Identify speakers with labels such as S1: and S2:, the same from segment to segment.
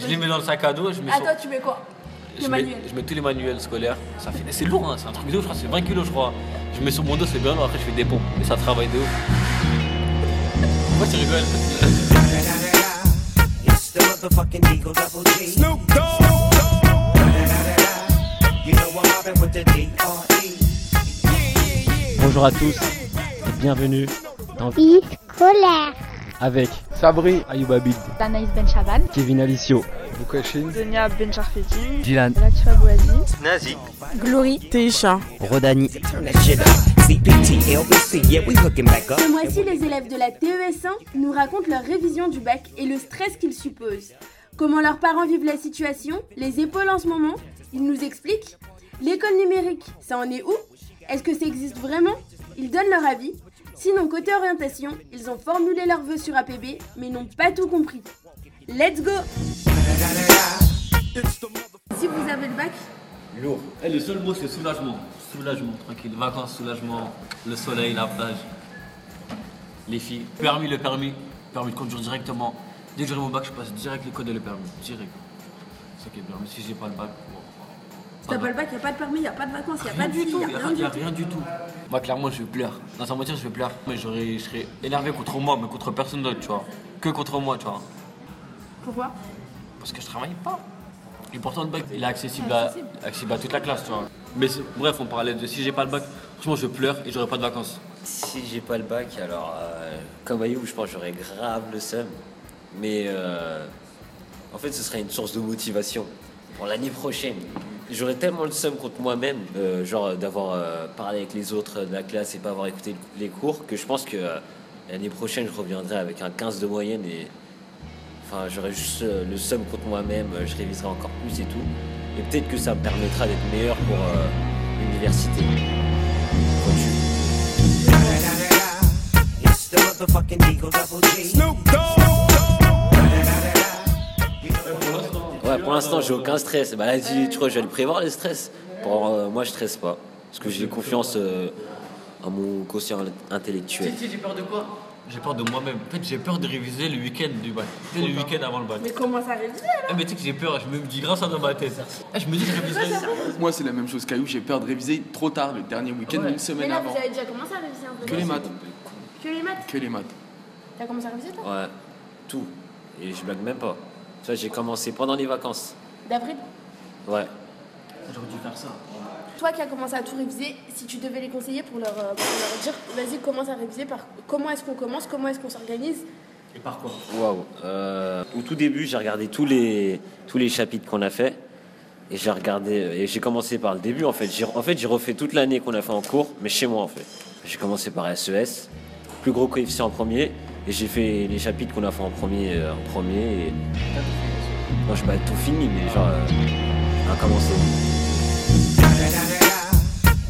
S1: je les mets dans le sac à dos, je mets sur-
S2: Attends, Ah, tu mets quoi
S1: je
S2: Le
S1: mets,
S2: manuel.
S1: je mets tous les manuels scolaires. Ça fait, c'est lourd, hein, c'est un truc de ouf, je crois, c'est 20 kilos, je crois. Je mets sur mon dos, c'est bien lourd, après je fais des pompes. Mais ça travaille de ouf. Moi, tu rigoles.
S3: It's the motherfucking Eagle Double G. Snoop Dogg. You know I'm mobbing with the E. D.R.E.
S4: Bonjour à tous et bienvenue dans
S5: It's colère.
S4: avec
S6: Sabri,
S4: Ayouba Bid,
S7: Anaïs Ben Chaban,
S4: Kevin Alicio,
S6: Boukachin,
S7: Zenia Ben Charfetti,
S4: Dylan,
S7: Latifa Bouazi,
S2: Glory.
S8: Teisha.
S4: Rodani.
S3: Turn that shit up. CPT, LBC, yeah, we hooking back up.
S2: Ce mois-ci, les élèves de la TES1 nous racontent leur révision du bac et le stress qu'ils supposent. Comment leurs parents vivent la situation, les épaules en ce moment, ils nous expliquent. L'école numérique, ça en est où Est-ce que ça existe vraiment Ils donnent leur avis. Sinon, côté orientation, ils ont formulé leurs vœux sur APB, mais n'ont pas tout compris. Let's go Si vous avez le bac,
S1: Lourd. Et Eh, le seul mot, c'est soulagement. Soulagement, tranquille. Vacances, soulagement, le soleil, la plage. Les filles. Permis, le permis. Permis de conduire directement. Dès que j'aurai mon bac, je passe direct le code et le permis. Direct. C'est ok, permis. Si j'ai pas le bac, bon.
S2: si t'as pas le bac, y a pas de permis, y a pas de vacances, y a pas
S1: Rien
S2: du tout, y a rien
S1: y
S2: du
S1: a
S2: tout.
S1: rien du tout. Moi, clairement, je vais pleurer. Dans sa mentir, je vais pleurer. Mais j'aurais- je serais énervé contre moi, mais contre personne d'autre, tu vois. Que contre moi, tu vois.
S2: Pourquoi
S1: Parce que je travaille pas. Et pourtant, le bac, il est accessible à, accessible à toute la classe, tu vois. Mais c'est- bref, on parlait de si j'ai pas le bac, franchement, je pleure et j'aurai pas de vacances.
S9: Si j'ai pas le bac, alors euh, comme Ayoub, je pense que j'aurais grave le seum. Mais euh, en fait, ce serait une source de motivation pour l'année prochaine. J'aurais tellement le seum contre moi-même, euh, genre euh, d'avoir euh, parlé avec les autres de la classe et pas avoir écouté les cours, que je pense que euh, l'année prochaine, je reviendrai avec un 15 de moyenne et enfin, j'aurais juste euh, le seum contre moi-même, euh, je réviserai encore plus et tout. Et peut-être que ça me permettra d'être meilleur pour euh, l'université. Quand tu-
S3: It's the motherfucking Eagle Double G. Snoop.
S9: Ouais, pour l'instant, j'ai aucun stress. Bah là, tu, tu crois que je vais le prévoir, le stress Pour, euh, Moi, je stresse pas. Parce que j'ai confiance euh, en mon quotient intellectuel.
S1: Si, si, j'ai peur de quoi J'ai peur de moi-même. En fait, j'ai peur de réviser le week-end du bac. Tu sais, le week-end avant le bac.
S2: Mais comment ça révise
S1: Eh, mais tu sais que j'ai peur, je me dis grave ça dans ma tête. Eh, je me dis que je réviserai.
S6: Moi, c'est la même chose qu'Ayou, j'ai peur de réviser trop tard le dernier week-end,
S1: Ouais.
S6: une
S2: Mais
S6: semaine
S2: là,
S6: avant.
S2: vous avez déjà commencé à réviser un peu
S6: Que les maths.
S2: Que les maths
S6: Que les maths.
S2: T'as commencé à réviser toi
S9: Ouais, tout. Et je blague même pas. Tu vois, j'ai commencé pendant les vacances.
S2: D'avril
S9: Ouais.
S1: J'aurais dû faire ça.
S2: Toi qui as commencé à tout réviser, si tu devais les conseiller pour leur, euh, pour leur dire vas-y, commence à réviser, par comment est-ce qu'on commence, comment est-ce qu'on s'organise
S1: Et par quoi
S9: Waouh. Euh, Au tout début, j'ai regardé tous les, tous les chapitres qu'on a fait. Et j'ai regardé. euh, Et j'ai commencé par le début, en fait. J'ai, en fait, j'ai refait toute l'année qu'on a fait en cours, mais chez moi, en fait. J'ai commencé par SES, plus gros coefficient en premier. Et j'ai fait les chapitres qu'on a fait en premier. euh, en premier et... Non, je pas tout fini, mais genre. euh, on a commencé.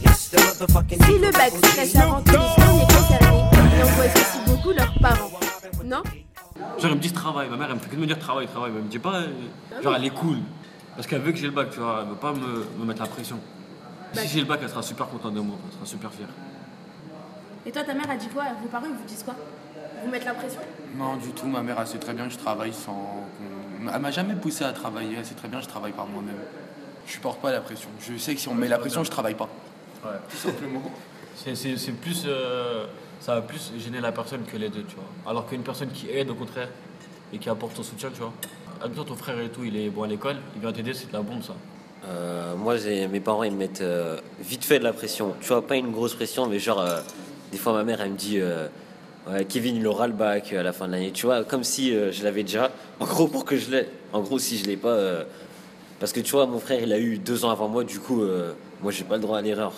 S3: It's the motherfucking
S2: Si le
S3: Eagle
S2: bac
S3: Double G.
S2: stresse avant que les premiers concernés, ils angoissent aussi beaucoup leurs parents. Non
S1: Genre, ils me disent travail. Ma mère, elle me fait que de me dire travail, travail. Mais elle me dit pas. euh, Genre, elle est cool. Parce qu'elle veut que j'ai le bac, tu vois. Elle veut pas me, me mettre la pression. Si j'ai le bac, elle sera super contente de moi. Elle sera super fière.
S2: Et toi, ta mère a dit quoi Vos parents, ils vous disent quoi Vous mettre la pression
S6: Non, du tout, ma mère, elle sait très bien que je travaille sans. qu'on- Elle m'a jamais poussé à travailler, elle sait très bien que je travaille par moi-même. Je supporte pas la pression. Je sais que si on me met la pression, je travaille pas.
S1: Ouais.
S6: Tout simplement.
S1: C'est- C'est c'est plus. euh, ça va plus gêner la personne que les deux, tu vois. Alors qu'une personne qui aide, au contraire, et qui apporte son soutien, tu vois. Admettons ton frère et tout, il est bon à l'école, il vient t'aider, c'est de la bombe, ça.
S9: Euh, moi, j'ai- mes parents, ils me mettent euh, vite fait de la pression. Tu vois, pas une grosse pression, mais genre, euh, des fois, ma mère, elle me dit euh, Ouais, Kevin, il aura le bac euh, à la fin de l'année. Tu vois, comme si euh, je l'avais déjà. En gros, pour que je l'ai. En gros, si je l'ai pas. euh, parce que tu vois, mon frère, il a eu deux ans avant moi, du coup, euh, moi, j'ai pas le droit à l'erreur.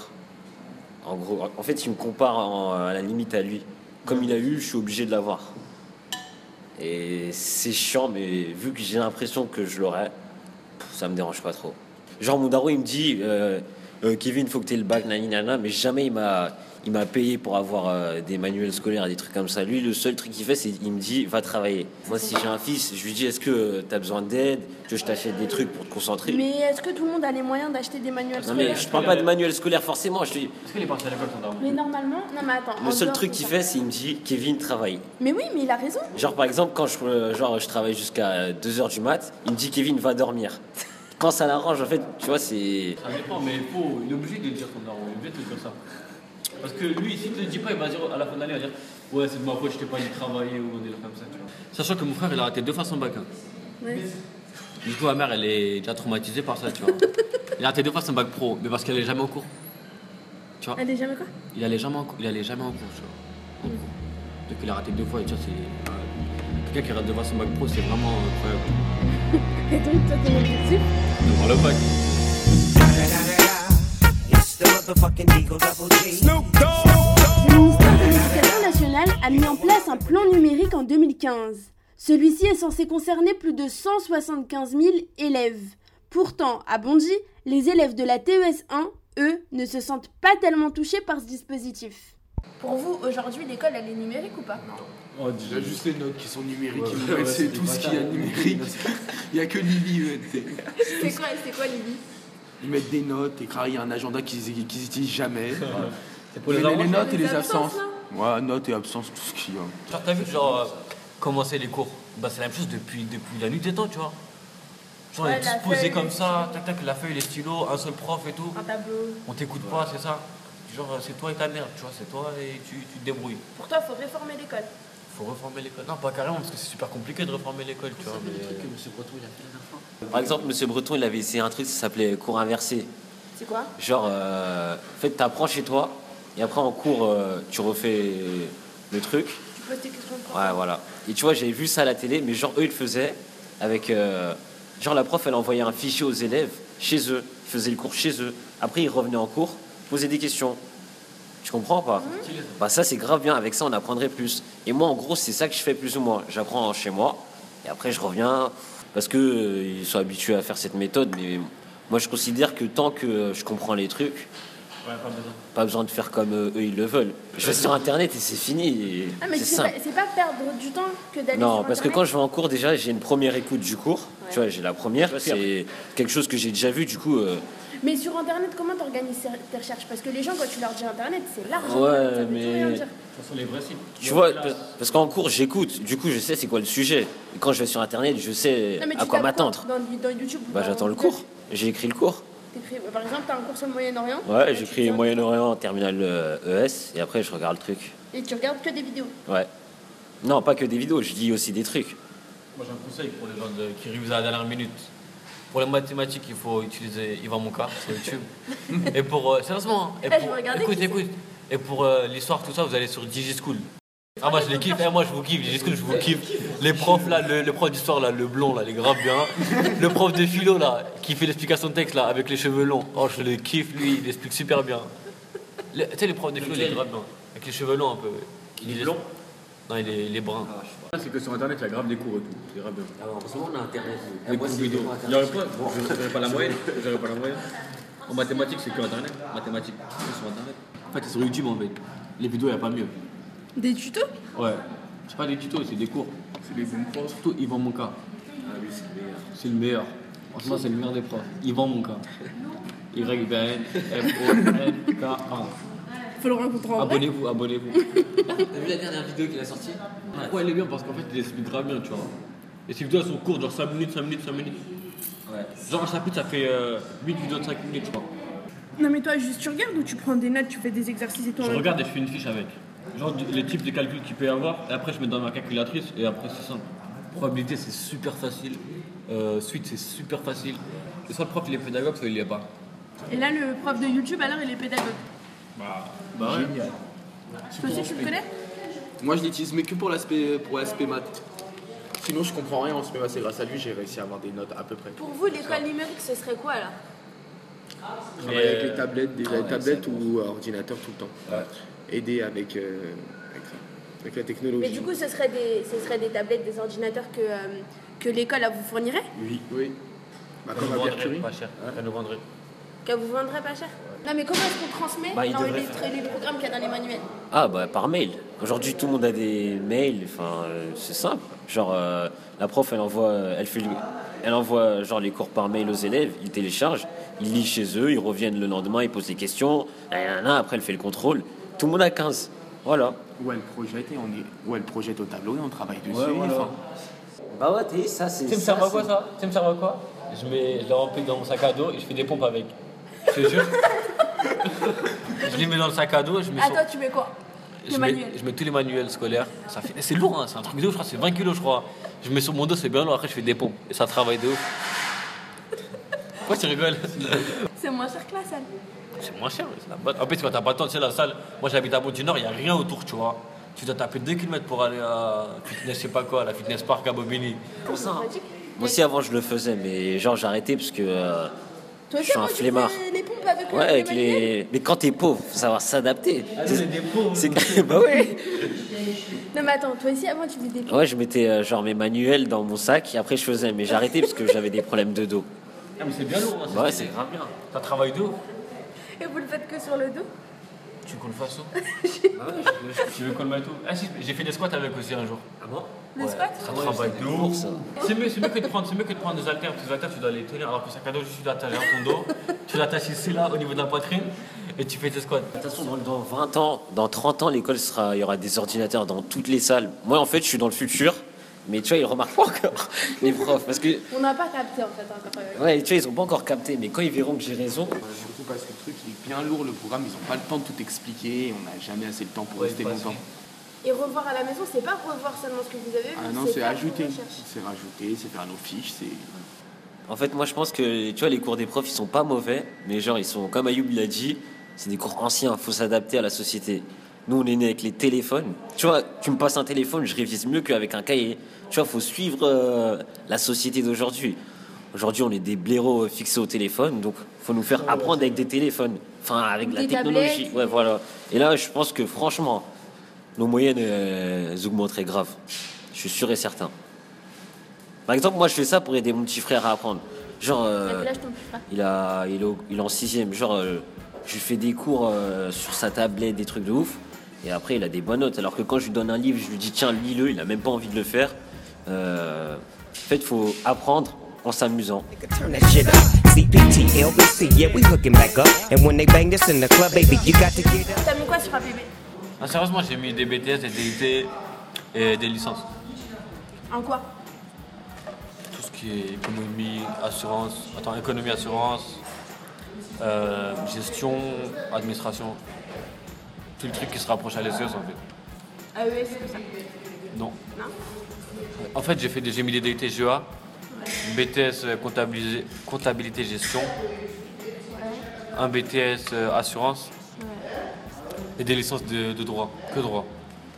S9: En gros, en fait, il me compare en- à la limite à lui. Comme il a eu, je suis obligé de l'avoir. Et c'est chiant, mais vu que j'ai l'impression que je l'aurai, pff, ça me dérange pas trop. Genre, mon daron, il me dit euh, euh, Kevin, faut que tu aies le bac, naninana, mais jamais il m'a Il m'a payé pour avoir euh, des manuels scolaires, des trucs comme ça. Lui, le seul truc qu'il fait, c'est il me dit va travailler. Moi, si j'ai un fils, je lui dis est-ce que euh, t'as besoin d'aide Que je t'achète des trucs pour te concentrer
S2: Mais est-ce que tout le monde a les moyens d'acheter des manuels
S9: Non, mais
S2: scolaires
S9: je parle pas de manuels scolaires forcément. Je dis,
S1: Est-ce que les parties à l'école sont dans
S2: Mais normalement, non mais attends. en
S9: le seul
S2: dehors
S9: truc
S2: de
S9: qu'il
S2: ça.
S9: fait, c'est il me dit Kevin, travaille.
S2: Mais oui, mais il a raison.
S9: Genre par exemple quand je, euh, genre, je travaille jusqu'à 2h du mat, il me dit Kevin va dormir. Quand ça l'arrange en fait, tu vois, c'est...
S1: Ça dépend, mais il faut, il est obligé de le dire ton daron, il est obligé de te dire ça. Parce que lui, s'il te le dit pas, il va dire à la fin de l'année, il va dire Ouais, c'est de ma faute, je t'ai pas dit de travailler ou des trucs comme ça, tu vois. Sachant que mon frère, il a raté deux fois son bac. hein. Du coup, ma mère, elle est déjà traumatisée par ça, tu vois. il a raté deux fois son bac pro, mais parce qu'elle est jamais en cours. Tu vois
S2: Elle est jamais quoi
S1: Il allait jamais en, cou- il allait jamais en cours, tu vois. En cours. Donc il a raté deux fois, et tu vois, c'est. euh, Quelqu'un qui rate deux fois son bac pro, c'est vraiment incroyable.
S2: Et donc toi t'es objectif
S1: De voir le bac.
S3: It's the motherfucking Eagle Double G.
S2: Le ministère de l'Éducation nationale a mis en place un plan numérique en 2015. Celui-ci est censé concerner plus de 175 000 élèves. Pourtant, à Bondy, les élèves de la TES1, eux, ne se sentent pas tellement touchés par ce dispositif. Pour vous, aujourd'hui, l'école, elle est numérique ou pas
S1: Oh,
S6: Il y a juste les notes qui sont numériques,
S1: Ouais,
S6: qui
S1: ouais,
S6: c'est
S1: c'est
S6: tout
S1: des
S6: ce qu'il y a de
S1: bâtards.
S6: numérique. Il y a que Libby. ouais, tu sais.
S2: C'est quoi, c'est quoi Libby
S6: Ils mettent des notes, et il y a un agenda qu'ils qu'ils utilisent jamais.
S1: C'est pour
S6: Mais
S1: les
S6: les,
S1: arrangements.
S6: notes et
S2: Les
S6: les
S2: absences,
S6: absences. Ouais, notes et absences, tout ce qu'il y a.
S1: Genre, t'as vu, genre, euh, commencer les cours, bah, c'est la même chose depuis, depuis la nuit des temps, tu vois. Genre,
S2: Ouais,
S1: les
S2: la
S1: petits posés
S2: feuille,
S1: comme
S2: les
S1: ça,
S2: Ah.
S1: tac, tac, la feuille, les stylos, un seul prof et tout.
S2: Un tableau.
S1: On t'écoute pas, c'est ça. Genre, euh, c'est toi et ta mère, tu vois, c'est toi et tu, tu te débrouilles.
S2: Pour toi, il faut réformer l'école.
S1: Faut reformer l'école. Non, pas carrément, parce que c'est super compliqué de reformer l'école, tu vois. mais, euh,
S9: Par exemple, Monsieur Breton, il avait essayé un truc, ça s'appelait cours inversé.
S2: C'est quoi
S9: Genre, euh, en fait, t'apprends chez toi, et après en cours, euh, tu refais le truc.
S2: Tu poses tes questions de
S9: Ouais, voilà. Et tu vois, j'avais vu ça à la télé, mais genre, eux, ils le faisaient avec. euh, genre, la prof, elle envoyait un fichier aux élèves chez eux. Ils faisaient le cours chez eux. Après, ils revenaient en cours, posaient des questions. Tu comprends pas
S1: Mhm.
S9: Bah, ça, c'est grave bien. Avec ça, on apprendrait plus. Et moi, en gros, c'est ça que je fais plus ou moins. J'apprends chez moi, et après, je reviens. Parce que euh, ils sont habitués à faire cette méthode, mais moi, je considère que tant que euh, je comprends les trucs,
S1: ouais, pas besoin.
S9: pas besoin de faire comme euh, eux, ils le veulent. Je vais sur Internet et c'est fini. et
S2: Ah, mais
S9: c'est
S2: tu-
S9: simple.
S2: c'est pas perdre du temps que d'aller
S9: Non,
S2: sur
S9: parce que
S2: Internet.
S9: quand je vais en cours, déjà, j'ai une première écoute du cours.
S2: Ouais.
S9: Tu vois, j'ai la première. C'est quelque chose que j'ai déjà vu, du coup. euh,
S2: Mais sur Internet, comment t'organises ces- tes recherches Parce que les gens, quand tu leur dis Internet, c'est large.
S9: Ouais,
S2: Internet, ça veut tout
S9: mais-
S2: rien dire.
S1: Ce sont les vrais signes.
S9: tu vois, pa- parce qu'en cours, j'écoute. Du coup, je sais c'est quoi le sujet. Et quand je vais sur Internet, je sais
S2: Non, mais
S9: à
S2: tu
S9: quoi
S2: tapes
S9: m'attendre.
S2: Dans, dans YouTube ou
S9: Bah,
S2: dans-
S9: j'attends le cours. J'ai écrit le cours.
S2: T'écris- Par exemple, t'as un cours sur le Moyen-Orient.
S9: Ouais,
S2: tu
S9: j'écris
S2: tiens-
S9: Moyen-Orient en terminale euh, ES. Et après, je regarde le truc.
S2: Et tu regardes que des vidéos.
S9: Ouais. Non, pas que des vidéos. Je dis aussi des trucs.
S1: Moi, j'ai un conseil pour les gens de- qui révisent à la dernière minute. Pour les mathématiques, il faut utiliser Yvan Monka sur YouTube. et pour. euh, sérieusement, hein, et
S2: Ah, je
S1: pour-
S2: vais regarder
S1: écoute,
S2: qui
S1: écoute. Et pour euh, l'histoire, tout ça, vous allez sur DigiSchool. Ah, moi je les kiffe, Eh, moi je vous kiffe, DigiSchool, je vous kiffe. Les profs là, le, le prof d'histoire là, le blond là, les grave bien. Le prof de philo là, qui fait l'explication de texte là, avec les cheveux longs. Oh, je le kiffe, lui, il explique super bien. Le- tu sais, les profs de philo, les grave bien. Avec les cheveux longs un peu. Il est blond Non, il est, il est brun.
S5: Ah, C'est que sur internet, il y a grave des cours et tout. C'est grave bien.
S1: Ah, Des cours vidéo.
S5: Il y aurait pas, je n'aurais pas la moyenne. J'aurais pas la moyenne. En mathématiques, c'est que internet. Mathématiques, c'est sur internet.
S1: En fait, c'est sur YouTube en fait. Les vidéos, il n'y a pas mieux.
S2: Des tutos
S1: Ouais. C'est pas des tutos, c'est des cours. C'est des bons profs. Surtout Yvan Monka.
S5: Ah
S1: c'est le meilleur. Franchement, c'est le meilleur des profs. Yvan Monka. y b n m o n k a
S2: Faut le rencontrer
S9: Ah,
S2: en vrai.
S1: Abonnez-vous, abonnez-vous. T'as vu la dernière vidéo qu'il a sortie ouais. elle est bien parce qu'en fait, il explique grave bien, tu vois. Et ces vidéos, elles sont courtes, genre 5 minutes, 5 minutes, 5 minutes. Genre un chapitre, ça fait 8 vidéos de 5 minutes, je crois.
S8: Non mais toi juste tu regardes ou tu prends des notes, tu fais des exercices et tout en
S1: Je
S8: même temps
S1: regarde et je fais une fiche avec. Genre du- les types de calculs qu'il peut y avoir, et après je mets dans ma calculatrice, et après c'est simple. Probabilité c'est super facile, Euh, suite c'est super facile. Et soit le prof il est pédagogue, soit il l'est pas.
S8: Et là le prof de YouTube alors il est pédagogue.
S1: Bah ouais.
S8: Toi aussi tu le connais
S6: Moi, je l'utilise, mais que pour l'aspect euh, pour l'aspect maths. Sinon, je comprends rien en ce moment. C'est grâce à lui j'ai réussi à avoir des notes à peu près.
S2: Pour vous, l'école numérique, ce serait quoi là
S6: Travailler avec les tablettes, des tablettes ou ordinateur tout le temps. Aider avec, euh, avec, avec la
S2: Mais
S6: technologie.
S2: du coup, ce serait des, ce serait des tablettes, des ordinateurs que, euh, que l'école elle vous fournirait
S6: oui. oui. Bah,
S1: Ça
S6: comme à
S1: nous
S6: Pierre
S1: vendrait
S6: Curie.
S1: pas cher, ça nous vendrait.
S2: que vous vendrez pas cher. Non, mais comment est-ce qu'on transmet
S9: Bah, il
S2: dans
S9: devrait
S2: les, tra- les programmes qu'il y a dans les manuels
S9: Ah bah par mail. Aujourd'hui tout le monde a des mails, enfin euh, c'est simple. Genre euh, la prof elle envoie euh, elle fait le- elle envoie euh, genre les cours par mail aux élèves, ils téléchargent, ils lisent chez eux, ils reviennent le lendemain, ils posent des questions, nanana, après elle fait le contrôle. Tout le monde a 15. Voilà.
S6: Où elle projette et on est... où elle projette au tableau et on travaille dessus. enfin.
S9: Bah ouais, t'es- ça c'est
S1: Tu sais me sert à quoi ça Tu sais me sert à quoi Je mets je les remplis dans mon sac à dos et je fais des pompes avec. Je te jure. je les mets dans le sac à dos, je mets sur-
S2: Attends, Ah, tu mets quoi
S1: je
S2: le
S1: mets,
S2: manuel.
S1: je mets tous les manuels scolaires. Ça fait- C'est lourd, hein, c'est un truc de ouf, je crois, c'est 20 kilos, je crois. Je mets sur mon dos, c'est bien lourd, après je fais des pompes. Et ça travaille de ouf. Pourquoi tu rigoles
S2: C'est moins cher que la salle.
S1: C'est moins cher, c'est la bonne. En plus, quand t'as pas le temps, tu sais, la salle, moi j'habite à Bontine-Nord, il n'y a rien autour, tu vois. Tu dois taper 2 km pour aller à fitness, je sais pas quoi, la fitness park à Bobigny.
S9: Moi aussi avant je le faisais mais genre j'ai arrêté parce que euh,
S2: Toi,
S9: Je suis un
S2: tu fais
S9: flemmard.
S2: les pompes avec
S9: ouais
S2: le-
S9: avec
S2: manuels
S9: les mais quand t'es pauvre, faut savoir s'adapter.
S1: c'est des pauvres.
S9: C'est bah ouais.
S2: Non, mais attends, toi ici avant, tu faisais des pompes.
S9: Ouais, je mettais euh, genre mes manuels dans mon sac et après je faisais, mais j'arrêtais parce que j'avais des problèmes de dos.
S1: Ah, mais c'est bien lourd, hein,
S9: Ouais, c'est grave bien.
S1: ça travaille de ouf.
S2: Et vous le faites que sur le dos
S1: Tu veux qu'on le fasse Tu Bah veux qu'on le mette où Ah si, j'ai fait des squats avec aussi un jour.
S9: Ah bon
S2: Le squat
S1: Ça travaille de ouf.
S9: ça.
S1: C'est mieux, c'est mieux que de prendre, c'est mieux que de prendre des haltères, parce que les haltères tu dois les tenir, alors que le sac à dos juste tu l'attaches à ton dos, tu l'attaches ici là au niveau de la poitrine et tu fais tes squats.
S9: Attention, dans, dans 20 ans, dans 30 ans, l'école sera, il y aura des ordinateurs dans toutes les salles. Moi, en fait, je suis dans le futur, mais tu vois, ils le remarquent pas encore les profs parce que
S2: On n'a pas capté en fait encore. euh,
S9: ouais, tu vois, ils ont pas encore capté, mais quand ils verront que j'ai raison,
S6: Surtout parce que le truc il est bien lourd, le programme, ils n'ont pas le temps de tout expliquer, on n'a jamais assez de temps pour
S1: Ouais,
S6: rester
S1: pas
S6: longtemps.
S1: assez.
S2: Et revoir à la maison, c'est pas revoir seulement ce que vous avez vu.
S6: Ah non, c'est
S2: faire ce qu'on
S6: ajouter.
S2: recherche.
S6: C'est rajouter, c'est faire nos fiches, c'est.
S9: en fait, moi, je pense que tu vois, les cours des profs, ils sont pas mauvais, mais genre, ils sont comme Ayoub l'a dit, c'est des cours anciens, faut s'adapter à la société. Nous, on est né avec les téléphones. Tu vois, tu me passes un téléphone, je révise mieux qu'avec un cahier. Tu vois, faut suivre euh, la société d'aujourd'hui. Aujourd'hui, on est des blaireaux euh, fixés au téléphone, donc faut nous faire apprendre avec des téléphones. Enfin, avec la
S2: Des
S9: technologie.
S2: tablettes.
S9: Ouais, voilà. Et là, je pense que franchement, nos moyennes euh, elles augmenteraient grave. Je suis sûr et certain. Par exemple, moi, je fais ça pour aider mon petit frère à apprendre. Genre. euh,
S2: Là, je t'en prie pas.
S9: il, a, il, est au- il est en sixième. Genre, euh, je lui fais des cours euh, sur sa tablette, des trucs de ouf. Et après, il a des bonnes notes. Alors que quand je lui donne un livre, je lui dis tiens, lis-le. Il a même pas envie de le faire. Euh, en fait, faut apprendre en s'amusant.
S3: Turn that shit up. CPT, LBC, yeah, we hooking back up. And when they bang this in the club, baby, you got to get up.
S2: T'as mis quoi sur APB
S1: Ah, sérieusement, j'ai mis des BTS, des DUT et des licences.
S2: En quoi
S1: Tout ce qui est économie, assurance, attends, économie, assurance, euh, gestion, administration. Tout le truc qui se rapproche à l'ESS en fait.
S2: AES, tout Ah ça.
S1: Non.
S2: Non
S1: En fait, j'ai fait des, j'ai mis des DUT GEA, BTS euh, comptabilisé- comptabilité gestion, un BTS euh, assurance et des licences de, de droit, que droit.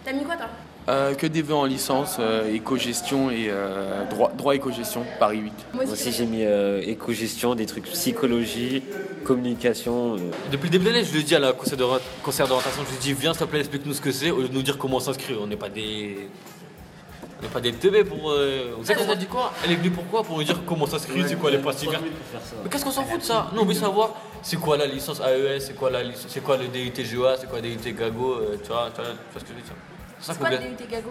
S2: T'as mis quoi toi
S6: Euh, que des vœux en licence, euh, éco-gestion et euh, droit, droit éco-gestion, Paris 8.
S2: Moi
S9: Moi
S2: aussi.
S9: aussi, j'ai mis euh, éco-gestion, des trucs psychologie, communication. euh.
S1: Depuis le début de l'année, je le dis à la conseil d'ori- conseillère d'orientation, je lui dis viens s'il te plaît explique-nous ce que c'est au lieu de nous dire comment s'inscrire. On n'est pas des on n'est pas des teubés pour. euh, On sait qu'on a dit quoi Elle est venue pourquoi Pour nous dire comment s'inscrire, c'est quoi les postes verts. Mais qu'est-ce qu'on s'en fout de ça Nous on veut savoir c'est quoi la licence AES, c'est quoi la licence- c'est quoi le DUT GEA, c'est quoi le DUT GAGO, euh, tu, vois, tu vois- tu vois ce que je veux dire C'est ça
S2: C'est
S1: qu'on
S2: quoi le
S1: veut.
S2: DUT Gago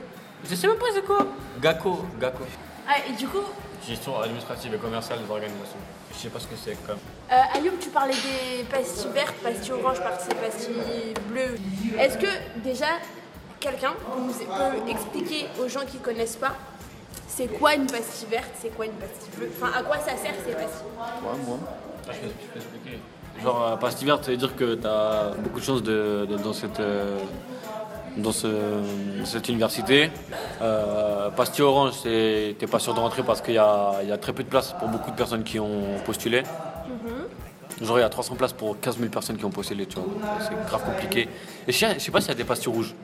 S1: Je sais même pas c'est quoi GACO, GACO.
S2: Ah, et du coup,
S1: Gestion administrative et commerciale des organisations. Je sais pas ce que c'est quand même.
S2: euh, Ayoub, tu parlais des pastilles vertes, pastilles oranges, pastilles, pastilles bleues. Est-ce que déjà, quelqu'un peut nous- peut expliquer aux gens qui connaissent pas c'est quoi une pastille verte, c'est quoi une pastille bleue Enfin, à quoi ça sert ces pastilles
S1: Ah, je peux- je peux expliquer. Genre, euh, pastille verte, ça veut dire que t'as beaucoup de chance de, de- dans cette. euh, dans ce- cette université. Euh, pastille orange, c'est- t'es pas sûr de rentrer parce qu'il y a, il y a très peu de place pour beaucoup de personnes qui ont postulé. Genre, il y a 300 places pour 15 000 personnes qui ont postulé, tu vois. C'est grave compliqué. Et je sais, je sais pas s'il y a des pastilles rouges.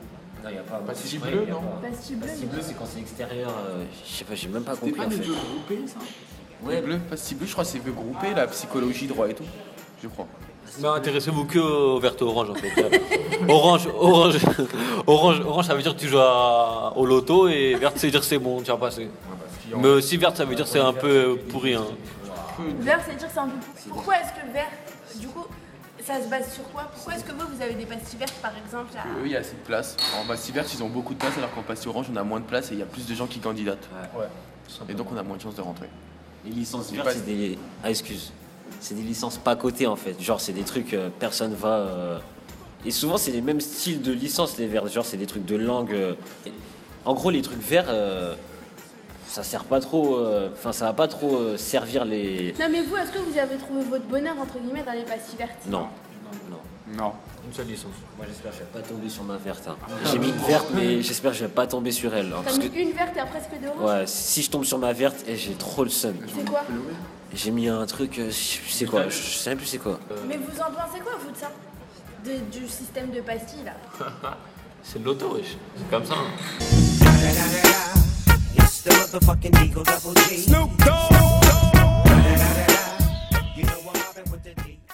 S6: Pastilles bleues, non
S2: Pastilles bleues
S9: Bleu, c'est quand c'est extérieur. euh, je sais pas, j'ai même pas
S6: T'es
S9: compris.
S6: pas
S9: en
S6: des
S9: fait.
S6: vœux groupés, ça
S9: Ouais,
S6: Les bleus, pastilles bleues, je crois que c'est vœux groupés, la psychologie, droit et tout, je crois.
S1: Mais intéressez-vous que au vert et au orange en fait. orange, orange, orange, orange, ça veut dire que tu joues à- au Ah bah, loto et verte, ça veut dire que c'est bon, tu vas passer. Mais si verte, ça veut dire que c'est un peu pourri. hein.
S6: peu de-
S2: Vert, c'est-à-dire que c'est un peu plus. Pourquoi est-ce que vert, du coup, ça se base sur quoi Pourquoi est-ce que vous, vous avez des pastilles vertes, par exemple à...
S6: Eux, il y a assez de place. En Bastille verte, ils ont beaucoup de place, alors qu'en Bastille orange, on a moins de place et il y a plus de gens qui candidatent. Et donc, on a moins de chances de rentrer.
S9: Les licences
S6: C'est
S9: vertes,
S6: pas-
S9: c'est des. Ah, excuse. C'est des licences pas cotées en fait. Genre, c'est des trucs, euh, personne va. euh, Et souvent, c'est les mêmes styles de licences, les verts. Genre, c'est des trucs de langue. euh, et- En gros, les trucs verts, euh, ça sert pas trop. euh, Enfin, ça va pas trop euh, servir les.
S2: Non, mais vous, est-ce que vous avez trouvé votre bonheur, entre guillemets, dans les pastilles vertes
S9: Non. Non.
S6: Non.
S1: Une seule licence. Ah.
S9: Moi, j'espère que je vais pas tomber sur ma verte. hein. J'ai mis une verte, mais j'espère que je vais pas tomber sur elle. hein,
S2: T'as
S9: parce que,
S2: mis une verte et après, ce que deux oranges
S9: ouais, si je tombe sur ma verte, eh, j'ai trop le seum.
S2: C'est quoi
S9: J'ai mis un truc, euh, je sais quoi, je sais même plus c'est quoi.
S2: Mais vous en pensez quoi, vous, de ça De- Du système de pastilles, là
S1: C'est de l'auto, wesh. C'est comme ça. hein.
S3: It's the motherfucking Eagle Double G. Snoop Dogg. You know I'm mobbing with the D.